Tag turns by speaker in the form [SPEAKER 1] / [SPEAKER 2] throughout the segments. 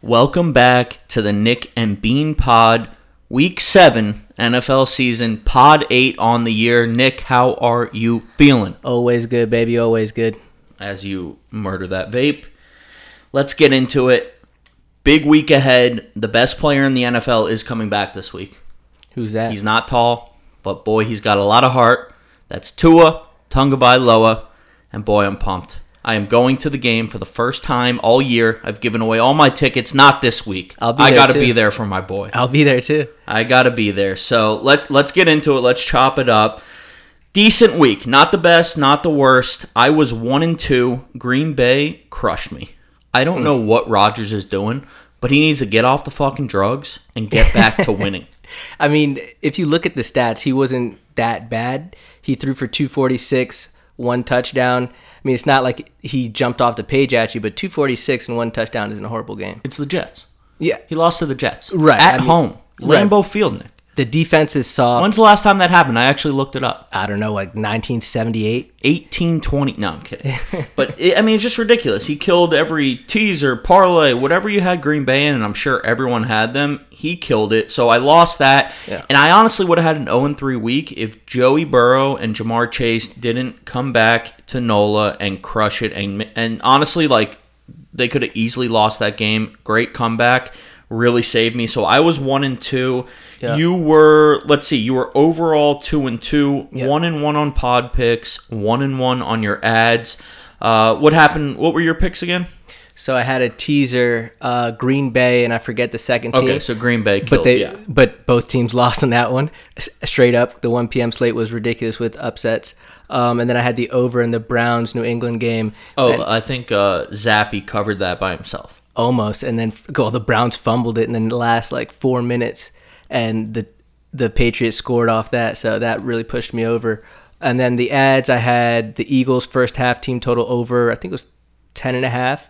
[SPEAKER 1] Welcome back to the Nick and Bean Pod, Week 7, NFL season, Pod 8 on the year. Nick, how are you feeling
[SPEAKER 2] Always good, baby. Always good.
[SPEAKER 1] as you murder that vape? Let's get into it. Big week ahead. The best player in the NFL is coming back this week.
[SPEAKER 2] Who's that?
[SPEAKER 1] He's not tall, but boy, he's got a lot of heart. That's Tua Tungabailoa, and boy, I'm pumped. I am going to the game for the first time all year. I've given away all my tickets. Not this week.
[SPEAKER 2] I'll be
[SPEAKER 1] I
[SPEAKER 2] there,
[SPEAKER 1] gotta
[SPEAKER 2] too.
[SPEAKER 1] be there for my boy.
[SPEAKER 2] I'll be there too.
[SPEAKER 1] I gotta be there. So let let's get into it. Let's chop it up. Decent week, not the best, not the worst. I was one and two. Green Bay crushed me. I don't know what Rodgers is doing, but he needs to get off the fucking drugs and get back to winning.
[SPEAKER 2] I mean, if you look at the stats, he wasn't that bad. He threw for 246, one touchdown. I mean, it's not like he jumped off the page at you, but 246 and one touchdown isn't a horrible game.
[SPEAKER 1] It's the Jets.
[SPEAKER 2] Yeah.
[SPEAKER 1] He lost to the Jets.
[SPEAKER 2] Right,
[SPEAKER 1] At
[SPEAKER 2] I mean-
[SPEAKER 1] home.
[SPEAKER 2] Right.
[SPEAKER 1] Lambeau Field, Nick.
[SPEAKER 2] The defense is soft.
[SPEAKER 1] When's the last time that happened? I actually looked it up.
[SPEAKER 2] I don't know, like 1978.
[SPEAKER 1] 1820. No, I'm kidding. but, it, I mean, it's just ridiculous. He killed every teaser, parlay, whatever you had Green Bay in, and I'm sure everyone had them. He killed it. So I lost that.
[SPEAKER 2] Yeah.
[SPEAKER 1] And I honestly would have had an 0 3 week if Joey Burrow and Jamar Chase didn't come back to NOLA and crush it. And, and honestly, like, they could have easily lost that game. Great comeback. Really saved me. So I was one and two.
[SPEAKER 2] Yeah.
[SPEAKER 1] You were let's see, you were overall two and two,
[SPEAKER 2] Yeah.
[SPEAKER 1] one and one on pod picks, one and one on your ads. Uh, what happened? What were your picks again?
[SPEAKER 2] So I had a teaser, uh, Green Bay, and I forget the second team.
[SPEAKER 1] Okay, so Green Bay killed.
[SPEAKER 2] but they,
[SPEAKER 1] yeah.
[SPEAKER 2] but both teams lost on that one, S- straight up. The 1 p.m. slate was ridiculous with upsets. Um, and then I had the over in the Browns New England game.
[SPEAKER 1] Oh, I think uh, Zappy covered that by himself.
[SPEAKER 2] almost, and then well, the Browns fumbled it in the last like four minutes, and the the Patriots scored off that, so that really pushed me over. And then the ads, I had the Eagles first half team total over, I think it was ten and a half,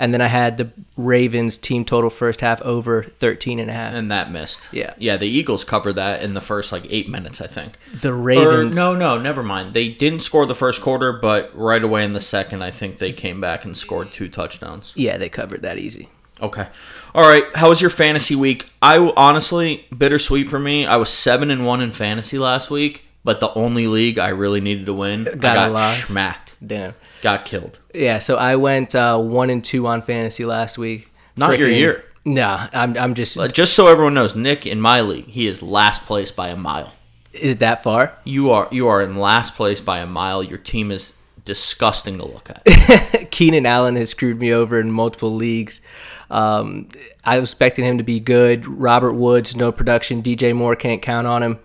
[SPEAKER 2] and then I had the Ravens team total first half over thirteen and a half.
[SPEAKER 1] And that missed.
[SPEAKER 2] Yeah.
[SPEAKER 1] Yeah, the Eagles covered that in the first like eight minutes, I think.
[SPEAKER 2] The
[SPEAKER 1] Or,
[SPEAKER 2] Ravens,
[SPEAKER 1] no, no, never mind. They didn't score the first quarter, but right away in the second, I think they came back and scored two touchdowns.
[SPEAKER 2] yeah, they covered that easy.
[SPEAKER 1] Okay. All right. How was your fantasy week? I w- honestly bittersweet for me. I was seven and one in fantasy last week, but the only league I really needed to win, I
[SPEAKER 2] Got a
[SPEAKER 1] got
[SPEAKER 2] lot.
[SPEAKER 1] smacked,
[SPEAKER 2] Damn.
[SPEAKER 1] got killed.
[SPEAKER 2] Yeah, so I went uh, one and two on fantasy last week.
[SPEAKER 1] Not your year.
[SPEAKER 2] Nah, I'm I'm just
[SPEAKER 1] But just so everyone knows, Nick in my league, he is last place by a mile.
[SPEAKER 2] is it that far?
[SPEAKER 1] You are you are in last place by a mile. Your team is disgusting to look at.
[SPEAKER 2] Keenan Allen has screwed me over in multiple leagues. Um, I was expecting him to be good. Robert Woods, no production. DJ Moore can't count on him.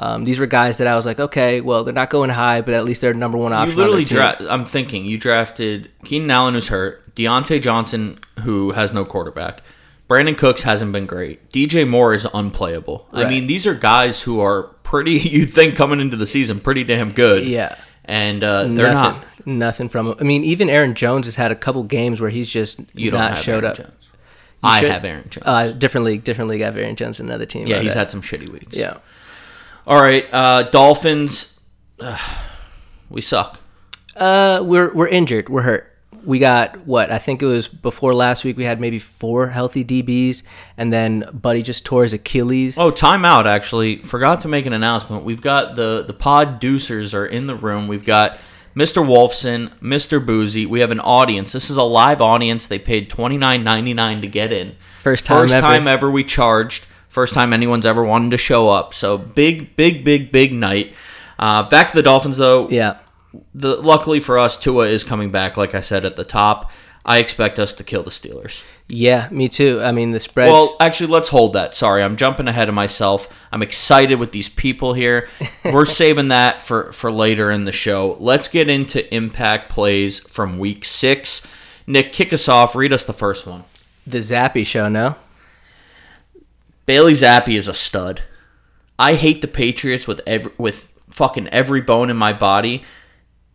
[SPEAKER 2] Um, these were guys that I was like, okay, well, they're not going high, but at least they're number one
[SPEAKER 1] You
[SPEAKER 2] option.
[SPEAKER 1] literally
[SPEAKER 2] on their team.
[SPEAKER 1] draft. I'm thinking you drafted Keenan Allen, who's hurt, Deontay Johnson, who has no quarterback. Brandon Cooks hasn't been great. DJ Moore is unplayable. I
[SPEAKER 2] Right.
[SPEAKER 1] mean, these are guys who are pretty. You think coming into the season, pretty damn good.
[SPEAKER 2] Yeah.
[SPEAKER 1] and uh, they're
[SPEAKER 2] nothing,
[SPEAKER 1] not.
[SPEAKER 2] Nothing from him. I mean, even Aaron Jones has had a couple games where he's just
[SPEAKER 1] You don't
[SPEAKER 2] not
[SPEAKER 1] have
[SPEAKER 2] showed
[SPEAKER 1] Aaron
[SPEAKER 2] up.
[SPEAKER 1] Jones. I
[SPEAKER 2] should-
[SPEAKER 1] have Aaron Jones.
[SPEAKER 2] Uh, different league, different league. I have Aaron Jones in another team.
[SPEAKER 1] yeah,
[SPEAKER 2] my
[SPEAKER 1] he's
[SPEAKER 2] bad.
[SPEAKER 1] had some shitty weeks.
[SPEAKER 2] yeah.
[SPEAKER 1] All right, uh, Dolphins. Ugh, we suck.
[SPEAKER 2] Uh, we're we're injured. We're hurt. We got what I think it was before last week. We had maybe four healthy DBs, and then Buddy just tore his Achilles.
[SPEAKER 1] Oh, timeout! Actually, forgot to make an announcement. We've got the the pod deucers are in the room. We've got Mr. Wolfson, Mr. Boozy. We have an audience. This is a live audience. They paid twenty nine ninety nine to get in.
[SPEAKER 2] First time
[SPEAKER 1] First
[SPEAKER 2] ever.
[SPEAKER 1] time ever we charged. First time anyone's ever wanted to show up. So big, big, big, big night. Uh, back to the Dolphins though.
[SPEAKER 2] Yeah,
[SPEAKER 1] The luckily for us, Tua is coming back. Like I said at the top, I expect us to kill the Steelers.
[SPEAKER 2] yeah, me too. I mean, the spreads.
[SPEAKER 1] Well, actually, let's hold that. Sorry, I'm jumping ahead of myself. I'm excited with these people here. We're saving that for for later in the show. Let's get into impact plays from Week Six. Nick, kick us off. Read us the first one.
[SPEAKER 2] the Zappy show. No,
[SPEAKER 1] Bailey Zappi is a stud. I hate the Patriots with every, with fucking every bone in my body,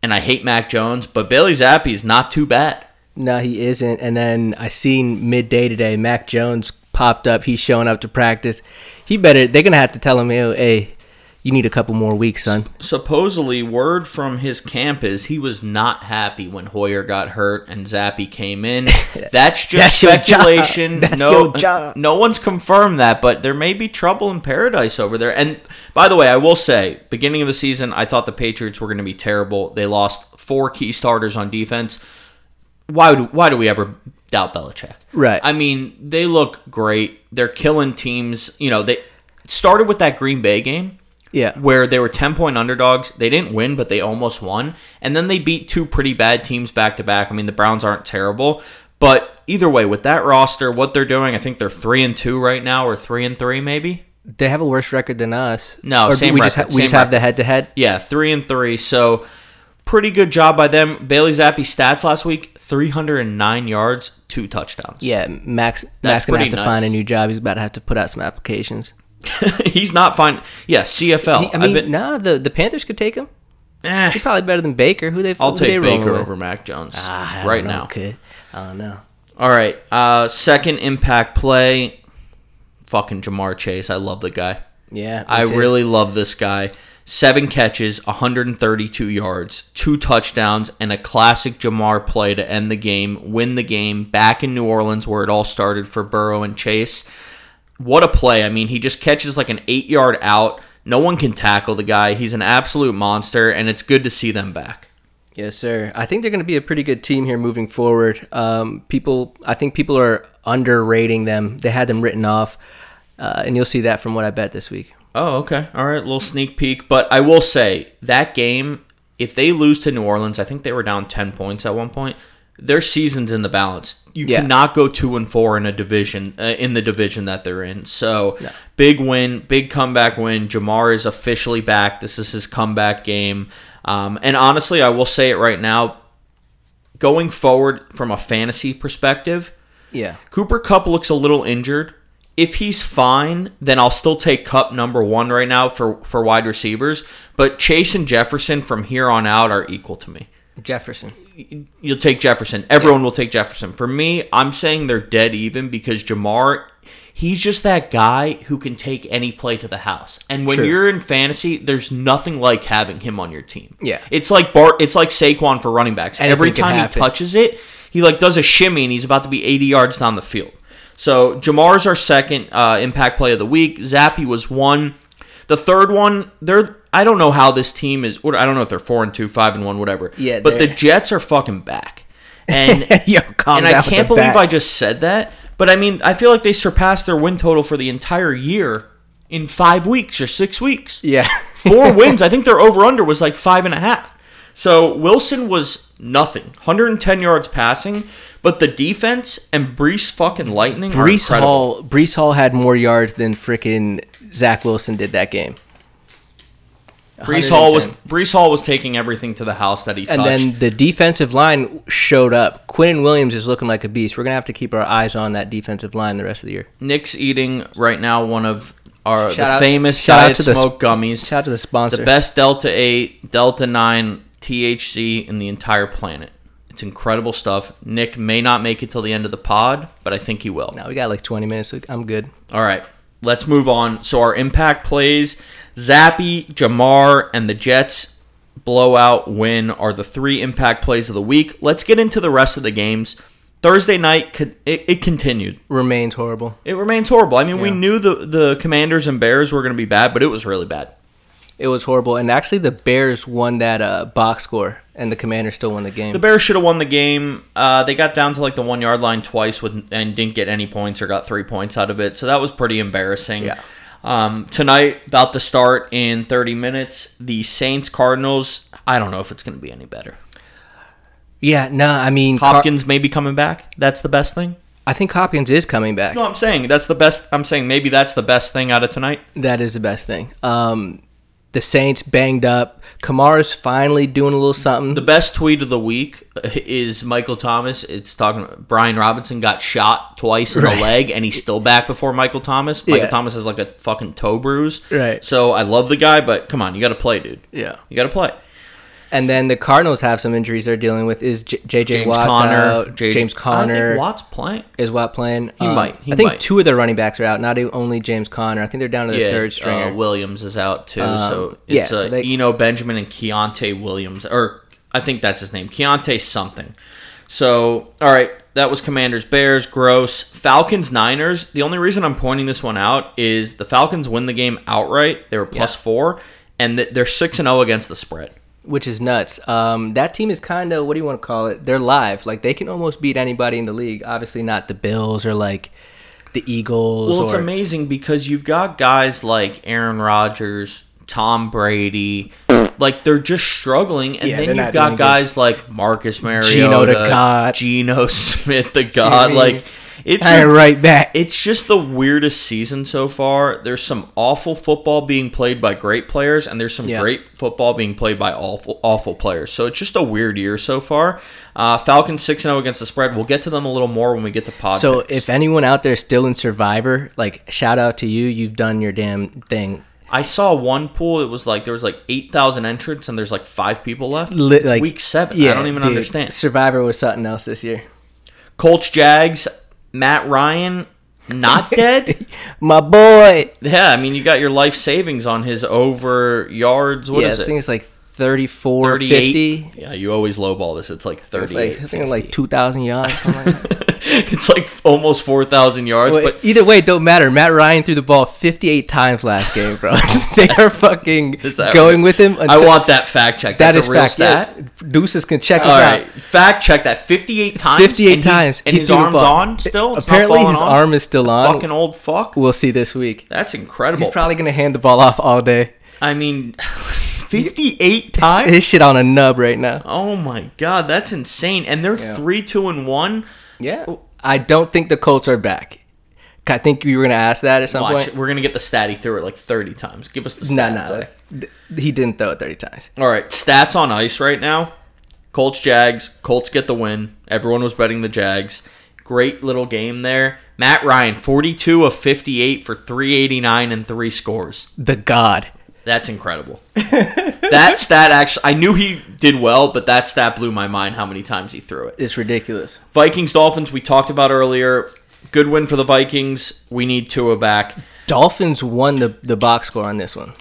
[SPEAKER 1] and I hate Mac Jones. But Bailey Zappi is not too bad.
[SPEAKER 2] no, he isn't. And then I seen midday today. Mac Jones popped up. He's showing up to practice. He better. They're gonna have to tell him, "Yo, hey, you need a couple more weeks, son.
[SPEAKER 1] supposedly word from his camp is he was not happy when Hoyer got hurt and Zappy came in. That's just
[SPEAKER 2] That's your job.
[SPEAKER 1] speculation.
[SPEAKER 2] That's
[SPEAKER 1] no,
[SPEAKER 2] your job.
[SPEAKER 1] no one's confirmed that, but there may be trouble in paradise over there. And by the way, I will say, beginning of the season, I thought the Patriots were going to be terrible. They lost four key starters on defense. Why would why do we ever doubt Belichick?
[SPEAKER 2] Right.
[SPEAKER 1] I mean, they look great. They're killing teams. You know, they started with that Green Bay game
[SPEAKER 2] Yeah.
[SPEAKER 1] where they were 10 point underdogs. They didn't win, but they almost won. And then they beat two pretty bad teams back to back. I mean, the Browns aren't terrible, but either way, with that roster, what they're doing, I think they're 3 and 2 right now or 3 and 3 maybe.
[SPEAKER 2] They have a worse record than us.
[SPEAKER 1] No,
[SPEAKER 2] or
[SPEAKER 1] same
[SPEAKER 2] we just ha-
[SPEAKER 1] record,
[SPEAKER 2] we
[SPEAKER 1] same
[SPEAKER 2] just have
[SPEAKER 1] record.
[SPEAKER 2] the head to head.
[SPEAKER 1] Yeah, 3 and 3. So, pretty good job by them. Bailey Zappi stats last week, 309 yards, two touchdowns.
[SPEAKER 2] Yeah, Max Max gonna have
[SPEAKER 1] pretty
[SPEAKER 2] to find a
[SPEAKER 1] nuts. new
[SPEAKER 2] new job. He's about to have to put out some applications.
[SPEAKER 1] He's not fine. Yeah, CFL.
[SPEAKER 2] I
[SPEAKER 1] I've
[SPEAKER 2] mean,
[SPEAKER 1] been-
[SPEAKER 2] nah, the the Panthers could take him.
[SPEAKER 1] eh,
[SPEAKER 2] He's probably better than Baker. Who they?
[SPEAKER 1] I'll
[SPEAKER 2] who they
[SPEAKER 1] take
[SPEAKER 2] rolling
[SPEAKER 1] Baker
[SPEAKER 2] with? Ah,
[SPEAKER 1] over Mac Jones
[SPEAKER 2] I don't
[SPEAKER 1] right
[SPEAKER 2] know,
[SPEAKER 1] now.
[SPEAKER 2] Could I don't know.
[SPEAKER 1] All right. Uh, second impact play. Fucking Jamar Chase. I love the guy.
[SPEAKER 2] Yeah, me
[SPEAKER 1] I
[SPEAKER 2] too.
[SPEAKER 1] really love this guy. Seven catches, 132 yards, two touchdowns, and a classic Jamar play to end the game, win the game back in New Orleans where it all started for Burrow and Chase. What a play. I mean, he just catches like an eight yard out. No one can tackle the guy. He's an absolute monster, and it's good to see them back.
[SPEAKER 2] Yes, sir. I think they're going to be a pretty good team here moving forward. Um, people, I think people are underrating them. They had them written off, uh, and you'll see that from what I bet this week.
[SPEAKER 1] Oh, okay. All right, little sneak peek. But I will say that game, if they lose to New Orleans, I think they were down ten points at one point. Their season's in the balance. You
[SPEAKER 2] Yeah.
[SPEAKER 1] cannot go two and four in a division uh, in the division that they're in. So big win, big comeback win. Jamar is officially back. This is his comeback game. Um, and honestly, I will say it right now. Going forward from a fantasy perspective,
[SPEAKER 2] Yeah,
[SPEAKER 1] Cooper Cup looks a little injured. If he's fine, then I'll still take Cup number one right now for, for wide receivers. But Chase and Jefferson from here on out are equal to me.
[SPEAKER 2] Jefferson.
[SPEAKER 1] You'll take Jefferson. Everyone will take Jefferson. For me, I'm saying they're dead even because Jamar, he's just that guy who can take any play to the house. And when
[SPEAKER 2] True.
[SPEAKER 1] you're in fantasy, there's nothing like having him on your team.
[SPEAKER 2] Yeah.
[SPEAKER 1] It's like Bart it's like Saquon for running backs.
[SPEAKER 2] Anything
[SPEAKER 1] Every
[SPEAKER 2] can
[SPEAKER 1] time he
[SPEAKER 2] happen.
[SPEAKER 1] touches it, he like does a shimmy and he's about to be 80 yards down the field. So Jamar's our second uh, impact play of the week. Zappy was one. The third one, they're I don't know how this team is. Or I don't know if they're four and two, five and one, whatever.
[SPEAKER 2] Yeah,
[SPEAKER 1] but the
[SPEAKER 2] they're-
[SPEAKER 1] Jets are fucking back, and
[SPEAKER 2] Yo, calm
[SPEAKER 1] and
[SPEAKER 2] down
[SPEAKER 1] I
[SPEAKER 2] with
[SPEAKER 1] can't
[SPEAKER 2] the
[SPEAKER 1] believe
[SPEAKER 2] bat.
[SPEAKER 1] I just said that. But I mean, I feel like they surpassed their win total for the entire year in five weeks or six weeks
[SPEAKER 2] Yeah,
[SPEAKER 1] four wins. I think their over under was like five and a half. So Wilson was nothing, 110 yards passing, but the defense and Brees fucking lightning. are
[SPEAKER 2] Brees
[SPEAKER 1] incredible.
[SPEAKER 2] Hall. Brees Hall had more yards than freaking Zach Wilson did that game.
[SPEAKER 1] Brees Hall was
[SPEAKER 2] 110.
[SPEAKER 1] Brees Hall was taking everything to the house that he touched.
[SPEAKER 2] And then the defensive line showed up. Quinn Williams is looking like a beast. We're gonna have to keep our eyes on that defensive line the rest of the year.
[SPEAKER 1] Nick's eating right now one of our the
[SPEAKER 2] Shout out-
[SPEAKER 1] famous
[SPEAKER 2] shout out
[SPEAKER 1] diet
[SPEAKER 2] to the
[SPEAKER 1] smoke gummies.
[SPEAKER 2] Shout out to the sponsor.
[SPEAKER 1] The best Delta 8, Delta 9 THC in the entire planet. It's incredible stuff. Nick may not make it till the end of the pod, but I think he will.
[SPEAKER 2] Now we got like 20 minutes. So I'm good.
[SPEAKER 1] All right, let's move on. So our impact plays, Zappy, Jamar, and the Jets blowout win are the three impact plays of the week. Let's get into the rest of the games. Thursday night, co- it, it continued.
[SPEAKER 2] Remains horrible.
[SPEAKER 1] It remains horrible. I mean, we
[SPEAKER 2] Yeah.
[SPEAKER 1] knew the the Commanders and Bears were going to be bad, but it was really bad.
[SPEAKER 2] It was horrible. And actually, the Bears won that uh, box score, and the Commanders still won the game.
[SPEAKER 1] The Bears should have won the game. Uh, they got down to like the one yard line twice with and didn't get any points or got three points out of it. So that was pretty embarrassing.
[SPEAKER 2] Yeah.
[SPEAKER 1] Um, tonight, about to start in 30 minutes, the Saints Cardinals. I don't know if it's going to be any better.
[SPEAKER 2] yeah, no, I mean, Car-
[SPEAKER 1] Hopkins may be coming back. That's the best thing.
[SPEAKER 2] I think Hopkins is coming back.
[SPEAKER 1] No, I'm saying that's the best. I'm saying maybe that's the best thing out of tonight.
[SPEAKER 2] That is the best thing. Um, the Saints banged up. Kamara's finally doing a little something.
[SPEAKER 1] The best tweet of the week is Michael Thomas. It's talking Brian Robinson got shot twice in the leg and he's still back before Michael Thomas. Michael
[SPEAKER 2] Yeah.
[SPEAKER 1] Thomas has like a fucking toe bruise.
[SPEAKER 2] Right.
[SPEAKER 1] So I love the guy, but come on, you got to play, dude.
[SPEAKER 2] yeah.
[SPEAKER 1] You got to play.
[SPEAKER 2] And then the Cardinals have some injuries they're dealing with. Is J- J.J.
[SPEAKER 1] James
[SPEAKER 2] Watt's
[SPEAKER 1] Conner,
[SPEAKER 2] out?
[SPEAKER 1] J-
[SPEAKER 2] James
[SPEAKER 1] I
[SPEAKER 2] Conner
[SPEAKER 1] think Watt's playing.
[SPEAKER 2] is Watt playing.
[SPEAKER 1] He
[SPEAKER 2] Um,
[SPEAKER 1] might, he
[SPEAKER 2] I think
[SPEAKER 1] might.
[SPEAKER 2] two of their running backs are out. Not e- only James Conner. I think they're down to the
[SPEAKER 1] Yeah,
[SPEAKER 2] third stringer. Um,
[SPEAKER 1] uh, Williams is out too. so
[SPEAKER 2] yeah,
[SPEAKER 1] it's
[SPEAKER 2] so
[SPEAKER 1] uh,
[SPEAKER 2] they-
[SPEAKER 1] Eno Benjamin and Keontae Williams, or I think that's his name, Keontae something. So all right, that was Commanders Bears. Gross Falcons Niners. The only reason I'm pointing this one out is the Falcons win the game outright. They were plus four, and th- they're six and zero against the spread.
[SPEAKER 2] which is nuts. Um, that team is kind of what do you want to call it? They're live. Like they can almost beat anybody in the league. Obviously, not the Bills or like the Eagles.
[SPEAKER 1] Well, it's
[SPEAKER 2] or,
[SPEAKER 1] amazing because you've got guys like Aaron Rodgers, Tom Brady, like they're just struggling, and
[SPEAKER 2] Yeah, they're
[SPEAKER 1] then
[SPEAKER 2] not
[SPEAKER 1] you've
[SPEAKER 2] doing
[SPEAKER 1] got
[SPEAKER 2] good.
[SPEAKER 1] guys like Marcus Mariota,
[SPEAKER 2] Geno the God.
[SPEAKER 1] Geno Smith, the God.
[SPEAKER 2] Jimmy.
[SPEAKER 1] Like it's
[SPEAKER 2] All right, back.
[SPEAKER 1] it's just the weirdest season so far. There's some awful football being played by great players, and there's some
[SPEAKER 2] Yeah.
[SPEAKER 1] great football being played by awful awful players. So it's just a weird year so far. Uh, Falcons six and zero against the spread. We'll get to them a little more when we get to pod.
[SPEAKER 2] So
[SPEAKER 1] picks.
[SPEAKER 2] if anyone out there is still in Survivor, like shout out to you. You've done your damn thing.
[SPEAKER 1] I saw one pool. It was like there was like eight thousand entrants, and there's like five people left.
[SPEAKER 2] Li-
[SPEAKER 1] It's
[SPEAKER 2] like
[SPEAKER 1] week seven. I don't even
[SPEAKER 2] dude,
[SPEAKER 1] understand.
[SPEAKER 2] Survivor was something else this year.
[SPEAKER 1] Colts, Jags, Matt Ryan, not dead.
[SPEAKER 2] My boy.
[SPEAKER 1] yeah, I mean you got your life savings on his over yards. What
[SPEAKER 2] yeah,
[SPEAKER 1] is
[SPEAKER 2] I
[SPEAKER 1] it?
[SPEAKER 2] think it's like 34,
[SPEAKER 1] 38?
[SPEAKER 2] 50.
[SPEAKER 1] Yeah, you always lowball this. It's like
[SPEAKER 2] It's Like,
[SPEAKER 1] thirty-eight.
[SPEAKER 2] I think like 2,000 yards. something like that.
[SPEAKER 1] it's like almost four thousand yards,
[SPEAKER 2] Well,
[SPEAKER 1] but
[SPEAKER 2] either way, it don't matter. Matt Ryan threw the ball 58 times last game, bro. they are fucking
[SPEAKER 1] Is that right?
[SPEAKER 2] going with him.
[SPEAKER 1] I want that fact check.
[SPEAKER 2] that
[SPEAKER 1] That's
[SPEAKER 2] is
[SPEAKER 1] a real
[SPEAKER 2] fact.
[SPEAKER 1] stat.
[SPEAKER 2] Yeah, Deuces can check us
[SPEAKER 1] All
[SPEAKER 2] out.
[SPEAKER 1] right, fact check that. Fifty-eight times.
[SPEAKER 2] 58
[SPEAKER 1] and he's-
[SPEAKER 2] times.
[SPEAKER 1] and
[SPEAKER 2] he
[SPEAKER 1] his
[SPEAKER 2] threw the
[SPEAKER 1] arms
[SPEAKER 2] ball.
[SPEAKER 1] on still. It's not
[SPEAKER 2] Apparently,
[SPEAKER 1] falling
[SPEAKER 2] his
[SPEAKER 1] off?
[SPEAKER 2] arm is still on.
[SPEAKER 1] Fucking old fuck.
[SPEAKER 2] We'll see this week.
[SPEAKER 1] That's incredible.
[SPEAKER 2] He's probably gonna hand the ball off all day.
[SPEAKER 1] I mean, 58 times?
[SPEAKER 2] His shit on a nub right now.
[SPEAKER 1] Oh my god, that's insane. And they're 3 2 and 1.
[SPEAKER 2] Yeah. I don't think the Colts are back. I think you were gonna ask that at some
[SPEAKER 1] Watch,
[SPEAKER 2] point.
[SPEAKER 1] we're going to get the stat. He threw it like 30 times. Give us the stats. eh?
[SPEAKER 2] No, no, like, th- he didn't throw it 30 times.
[SPEAKER 1] All right, stats on ice right now. Colts Jags, Colts get the win. Everyone was betting the Jags. Great little game there. Matt Ryan 42 of 58 for 389 and 3 scores.
[SPEAKER 2] The God.
[SPEAKER 1] That's incredible. that stat actually I knew he did well, but that stat blew my mind how many times he threw it.
[SPEAKER 2] It's ridiculous.
[SPEAKER 1] Vikings Dolphins we talked about earlier. Good win for the Vikings. We need Tua back.
[SPEAKER 2] Dolphins won the, the box score on this one.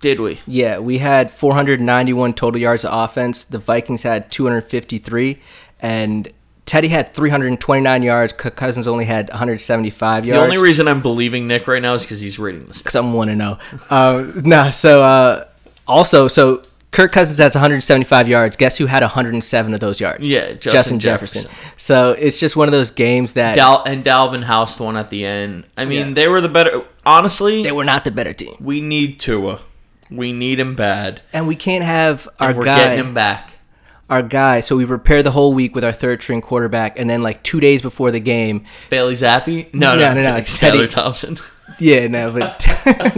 [SPEAKER 1] Did we?
[SPEAKER 2] Yeah, we had 491 total yards of offense. The Vikings had 253, and Teddy had 329 yards. Kirk Cousins only had 175
[SPEAKER 1] The
[SPEAKER 2] yards.
[SPEAKER 1] only reason I'm believing Nick right now is because he's reading the stats.
[SPEAKER 2] because I'm one to know. Uh, nah, so uh, also, so Kirk Cousins has 175 yards. Guess who had 107 of those yards?
[SPEAKER 1] Yeah, Justin
[SPEAKER 2] Jefferson.
[SPEAKER 1] Jefferson.
[SPEAKER 2] So it's just one of those games that
[SPEAKER 1] Dal- and Dalvin House one at the end. I mean,
[SPEAKER 2] Yeah.
[SPEAKER 1] they were the better. Honestly,
[SPEAKER 2] they were not the better team,
[SPEAKER 1] we need Tua. We need him bad.
[SPEAKER 2] and we can't have our
[SPEAKER 1] And we're
[SPEAKER 2] guy.
[SPEAKER 1] getting him back.
[SPEAKER 2] our guy. So we prepare the whole week with our third string quarterback, and then like two days before the game,
[SPEAKER 1] Bailey Zappi? No,
[SPEAKER 2] No,
[SPEAKER 1] no,
[SPEAKER 2] no, no,
[SPEAKER 1] no.
[SPEAKER 2] it's Teddy.
[SPEAKER 1] Taylor Thompson.
[SPEAKER 2] yeah, no, but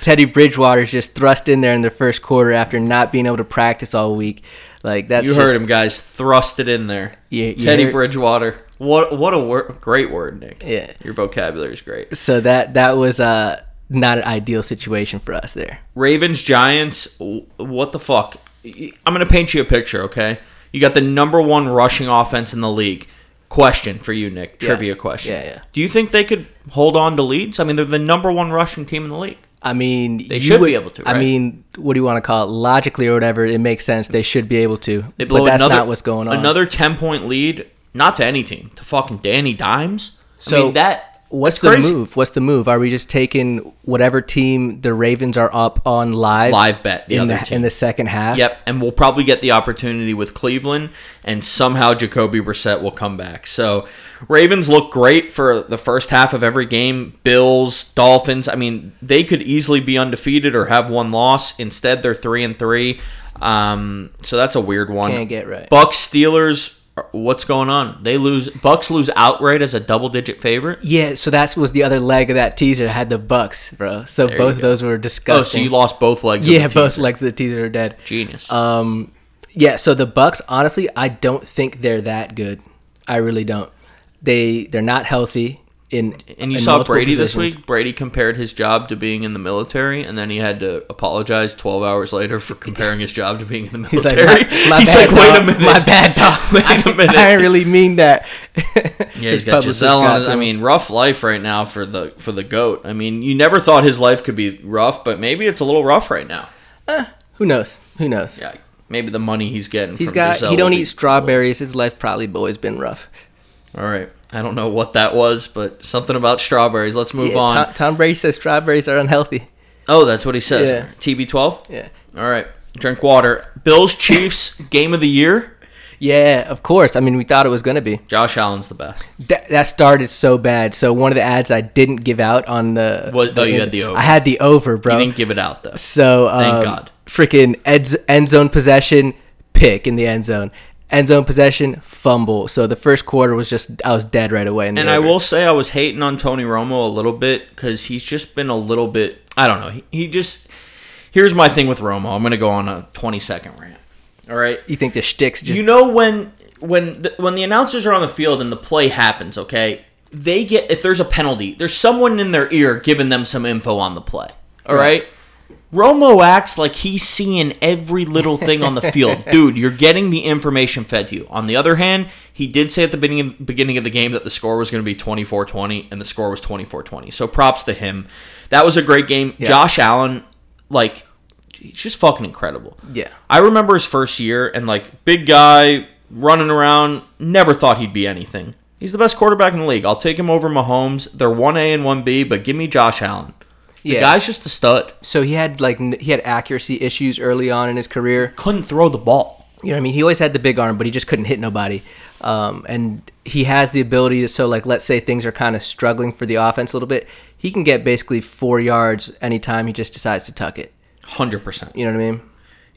[SPEAKER 2] Teddy Bridgewater's just thrust in there in the first quarter after not being able to practice all week. Like that's
[SPEAKER 1] You
[SPEAKER 2] just-
[SPEAKER 1] heard him, guys. Thrust it in there.
[SPEAKER 2] Yeah, you
[SPEAKER 1] Teddy
[SPEAKER 2] heard-
[SPEAKER 1] Bridgewater. What what a wor- great word, Nick.
[SPEAKER 2] Yeah.
[SPEAKER 1] Your vocabulary is great.
[SPEAKER 2] So that that was uh not an ideal situation for us there.
[SPEAKER 1] Ravens, Giants, w- what the fuck? I'm going to paint you a picture, okay? You got the number one rushing offense in the league. Question for you, Nick. Trivia question.
[SPEAKER 2] Yeah, yeah.
[SPEAKER 1] Do you think they could hold on to leads? I mean, they're the number one rushing team in the league.
[SPEAKER 2] I mean, they
[SPEAKER 1] should be able to,
[SPEAKER 2] I
[SPEAKER 1] right?
[SPEAKER 2] mean, what do you want to call it? Logically or whatever, it makes sense. They should be able to.
[SPEAKER 1] They
[SPEAKER 2] but that's not what's going on.
[SPEAKER 1] Another 10 point lead, not to any team, to fucking Danny Dimes.
[SPEAKER 2] So
[SPEAKER 1] I mean, that.
[SPEAKER 2] What's the
[SPEAKER 1] that's crazy.
[SPEAKER 2] move? What's the move? Are we just taking whatever team the Ravens are up on live?
[SPEAKER 1] Live bet, the
[SPEAKER 2] in
[SPEAKER 1] other
[SPEAKER 2] the
[SPEAKER 1] team.
[SPEAKER 2] in the second half.
[SPEAKER 1] Yep, and we'll probably get the opportunity with Cleveland, and somehow Jacoby Brissett will come back. So, Ravens look great for the first half of every game. Bills, Dolphins. I mean, they could easily be undefeated or have one loss. Instead, they're three and three. Um, so that's a weird one.
[SPEAKER 2] Can't get right.
[SPEAKER 1] Bucks, Steelers. What's going on? They lose. Bucks lose outright as a double-digit favorite. Oh,
[SPEAKER 2] Yeah, so that was the other leg of that teaser. Had the Bucks, bro. So
[SPEAKER 1] you
[SPEAKER 2] both of
[SPEAKER 1] go.
[SPEAKER 2] those were
[SPEAKER 1] Oh, so
[SPEAKER 2] disgusting.
[SPEAKER 1] you lost both legs.
[SPEAKER 2] yeah,
[SPEAKER 1] of the
[SPEAKER 2] both
[SPEAKER 1] teaser.
[SPEAKER 2] legs of the teaser are dead.
[SPEAKER 1] Genius.
[SPEAKER 2] Um, yeah. So the Bucks, honestly, I don't think they're that good. I really don't. They they're not healthy. in
[SPEAKER 1] And you
[SPEAKER 2] in
[SPEAKER 1] saw
[SPEAKER 2] multiple
[SPEAKER 1] Brady this
[SPEAKER 2] positions.
[SPEAKER 1] week. Brady compared his job to being in the military, and then he had to apologize 12 hours later for comparing his job to being in the
[SPEAKER 2] He's like,
[SPEAKER 1] military.
[SPEAKER 2] "My- my
[SPEAKER 1] He's like,
[SPEAKER 2] bad,
[SPEAKER 1] wait a
[SPEAKER 2] Doc.
[SPEAKER 1] minute.
[SPEAKER 2] My bad, Doc.
[SPEAKER 1] Wait a
[SPEAKER 2] I-
[SPEAKER 1] minute.
[SPEAKER 2] I didn't really mean that.
[SPEAKER 1] Yeah,
[SPEAKER 2] His
[SPEAKER 1] he's got
[SPEAKER 2] publicist
[SPEAKER 1] Giselle
[SPEAKER 2] got
[SPEAKER 1] on. His,
[SPEAKER 2] to
[SPEAKER 1] I
[SPEAKER 2] him.
[SPEAKER 1] mean, rough life right now for the for the goat. I mean, you never thought his life could be rough, but maybe it's a little rough right now.
[SPEAKER 2] who knows? Who knows?
[SPEAKER 1] Yeah, maybe the money he's getting.
[SPEAKER 2] He's
[SPEAKER 1] from
[SPEAKER 2] got.
[SPEAKER 1] Giselle
[SPEAKER 2] he don't
[SPEAKER 1] will be-
[SPEAKER 2] eat strawberries. His life probably always been rough.
[SPEAKER 1] All right, I don't know what that was, but something about strawberries. Let's move
[SPEAKER 2] Yeah,
[SPEAKER 1] on.
[SPEAKER 2] Tom, Tom Brady says strawberries are unhealthy.
[SPEAKER 1] oh, that's what he says.
[SPEAKER 2] Yeah.
[SPEAKER 1] TB12.
[SPEAKER 2] Yeah.
[SPEAKER 1] All right, drink water. Bills Chiefs game of the year.
[SPEAKER 2] Yeah, of course. I mean, we thought it was gonna be.
[SPEAKER 1] Josh Allen's the best.
[SPEAKER 2] That, that started so bad. So one of the ads I didn't give out on the.
[SPEAKER 1] What-
[SPEAKER 2] the
[SPEAKER 1] oh, you had the over.
[SPEAKER 2] I had the over, bro.
[SPEAKER 1] You didn't give it out though.
[SPEAKER 2] So um,
[SPEAKER 1] Thank God.
[SPEAKER 2] Freaking ed's end zone possession pick in the end zone. End zone possession fumble. So the first quarter was just I was dead right away. in the
[SPEAKER 1] And I
[SPEAKER 2] over.
[SPEAKER 1] will say I was hating on Tony Romo a little bit because he's just been a little bit. I don't know. He, he just. Here's my thing with Romo. I'm going to go on a 20 second rant. All right.
[SPEAKER 2] You think the shticks just
[SPEAKER 1] you know when when the, when the announcers are on the field and the play happens, okay? They get if there's a penalty, there's someone in their ear giving them some info on the play. All right? Romo acts like he's seeing every little thing on the field. Dude, you're getting the information fed to you. On the other hand, he did say at the beginning beginning of the game that the score was going to be 24-20 and the score was 24-20. So props to him. That was a great game. Josh Allen like he's just fucking incredible.
[SPEAKER 2] Yeah.
[SPEAKER 1] I remember his first year and like big guy running around, never thought he'd be anything. He's the best quarterback in the league. I'll take him over Mahomes. They're 1A and 1B, but give me Josh Allen. The
[SPEAKER 2] Yeah.
[SPEAKER 1] guy's just a stud.
[SPEAKER 2] so he had like n- he had accuracy issues early on in his career.
[SPEAKER 1] Couldn't throw the ball.
[SPEAKER 2] You know what I mean? He always had the big arm, but he just couldn't hit nobody. Um, and he has the ability to so like let's say things are kind of struggling for the offense a little bit, he can get basically four yards anytime he just decides to tuck it.
[SPEAKER 1] 100%.
[SPEAKER 2] You know what I mean?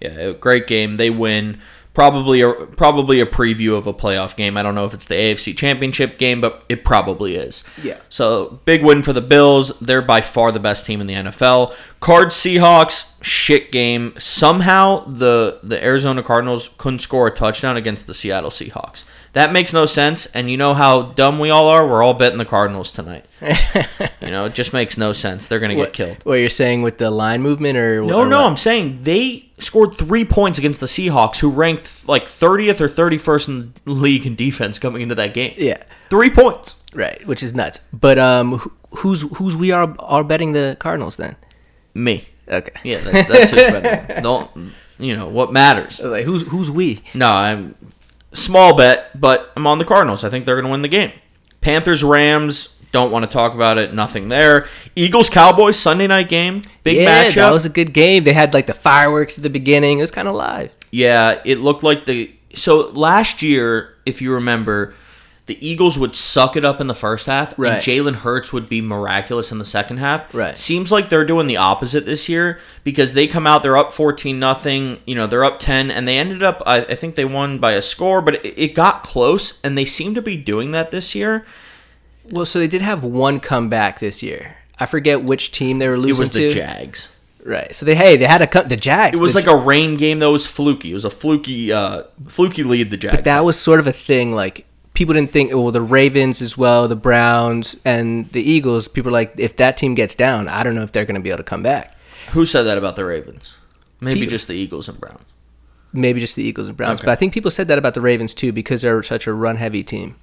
[SPEAKER 1] Yeah, a great game. They win. Probably a probably a preview of a playoff game. I don't know if it's the AFC Championship game, but it probably is.
[SPEAKER 2] Yeah.
[SPEAKER 1] So big win for the Bills. They're by far the best team in the NFL. Cards Seahawks shit game. Somehow the the Arizona Cardinals couldn't score a touchdown against the Seattle Seahawks. That makes no sense. And you know how dumb we all are. We're all betting the Cardinals tonight. you know, it just makes no sense. They're gonna get killed.
[SPEAKER 2] What you're saying with the line movement or
[SPEAKER 1] No,
[SPEAKER 2] or
[SPEAKER 1] no,
[SPEAKER 2] what?
[SPEAKER 1] I'm saying they scored three points against the Seahawks, who ranked like 30th or 31st in the league in defense coming into that game.
[SPEAKER 2] Yeah.
[SPEAKER 1] Three points.
[SPEAKER 2] Right, which is nuts. But um, wh- who's who's we are are betting the Cardinals then?
[SPEAKER 1] Me.
[SPEAKER 2] Okay.
[SPEAKER 1] Yeah, that, that's who's better. Don't, you know, what matters?
[SPEAKER 2] Like who's who's we?
[SPEAKER 1] No, I'm small bet, but I'm on the Cardinals. I think they're going to win the game. Panthers, Rams, don't want to talk about it. Nothing there. Eagles, Cowboys, Sunday night game. Big
[SPEAKER 2] yeah,
[SPEAKER 1] matchup.
[SPEAKER 2] that was a good game. They had like the fireworks at the beginning. It was kind of live.
[SPEAKER 1] Yeah, it looked like the so last year, if you remember, the Eagles would suck it up in the first half,
[SPEAKER 2] Right.
[SPEAKER 1] and Jalen Hurts would be miraculous in the second half.
[SPEAKER 2] Right.
[SPEAKER 1] Seems like they're doing the opposite this year because they come out, they're up fourteen nothing, you know, they're up ten, and they ended up. I, I think they won by a score, but it, it got close, and they seem to be doing that this year.
[SPEAKER 2] Well, so they did have one comeback this year. I forget which team they were
[SPEAKER 1] It
[SPEAKER 2] losing
[SPEAKER 1] was the
[SPEAKER 2] to.
[SPEAKER 1] Jags.
[SPEAKER 2] Right. So they hey they had a co- the Jags.
[SPEAKER 1] It was like a rain game that was fluky. It was a fluky, uh, fluky lead. The Jags.
[SPEAKER 2] that was sort of a thing like people didn't think well the ravens as well the browns and the eagles people are like if that team gets down i don't know if they're going to be able to come back
[SPEAKER 1] Who said that about the Ravens? Maybe
[SPEAKER 2] People-
[SPEAKER 1] just the Eagles and Browns.
[SPEAKER 2] maybe just the eagles and browns but i think people said that about the ravens too because they're such a run heavy team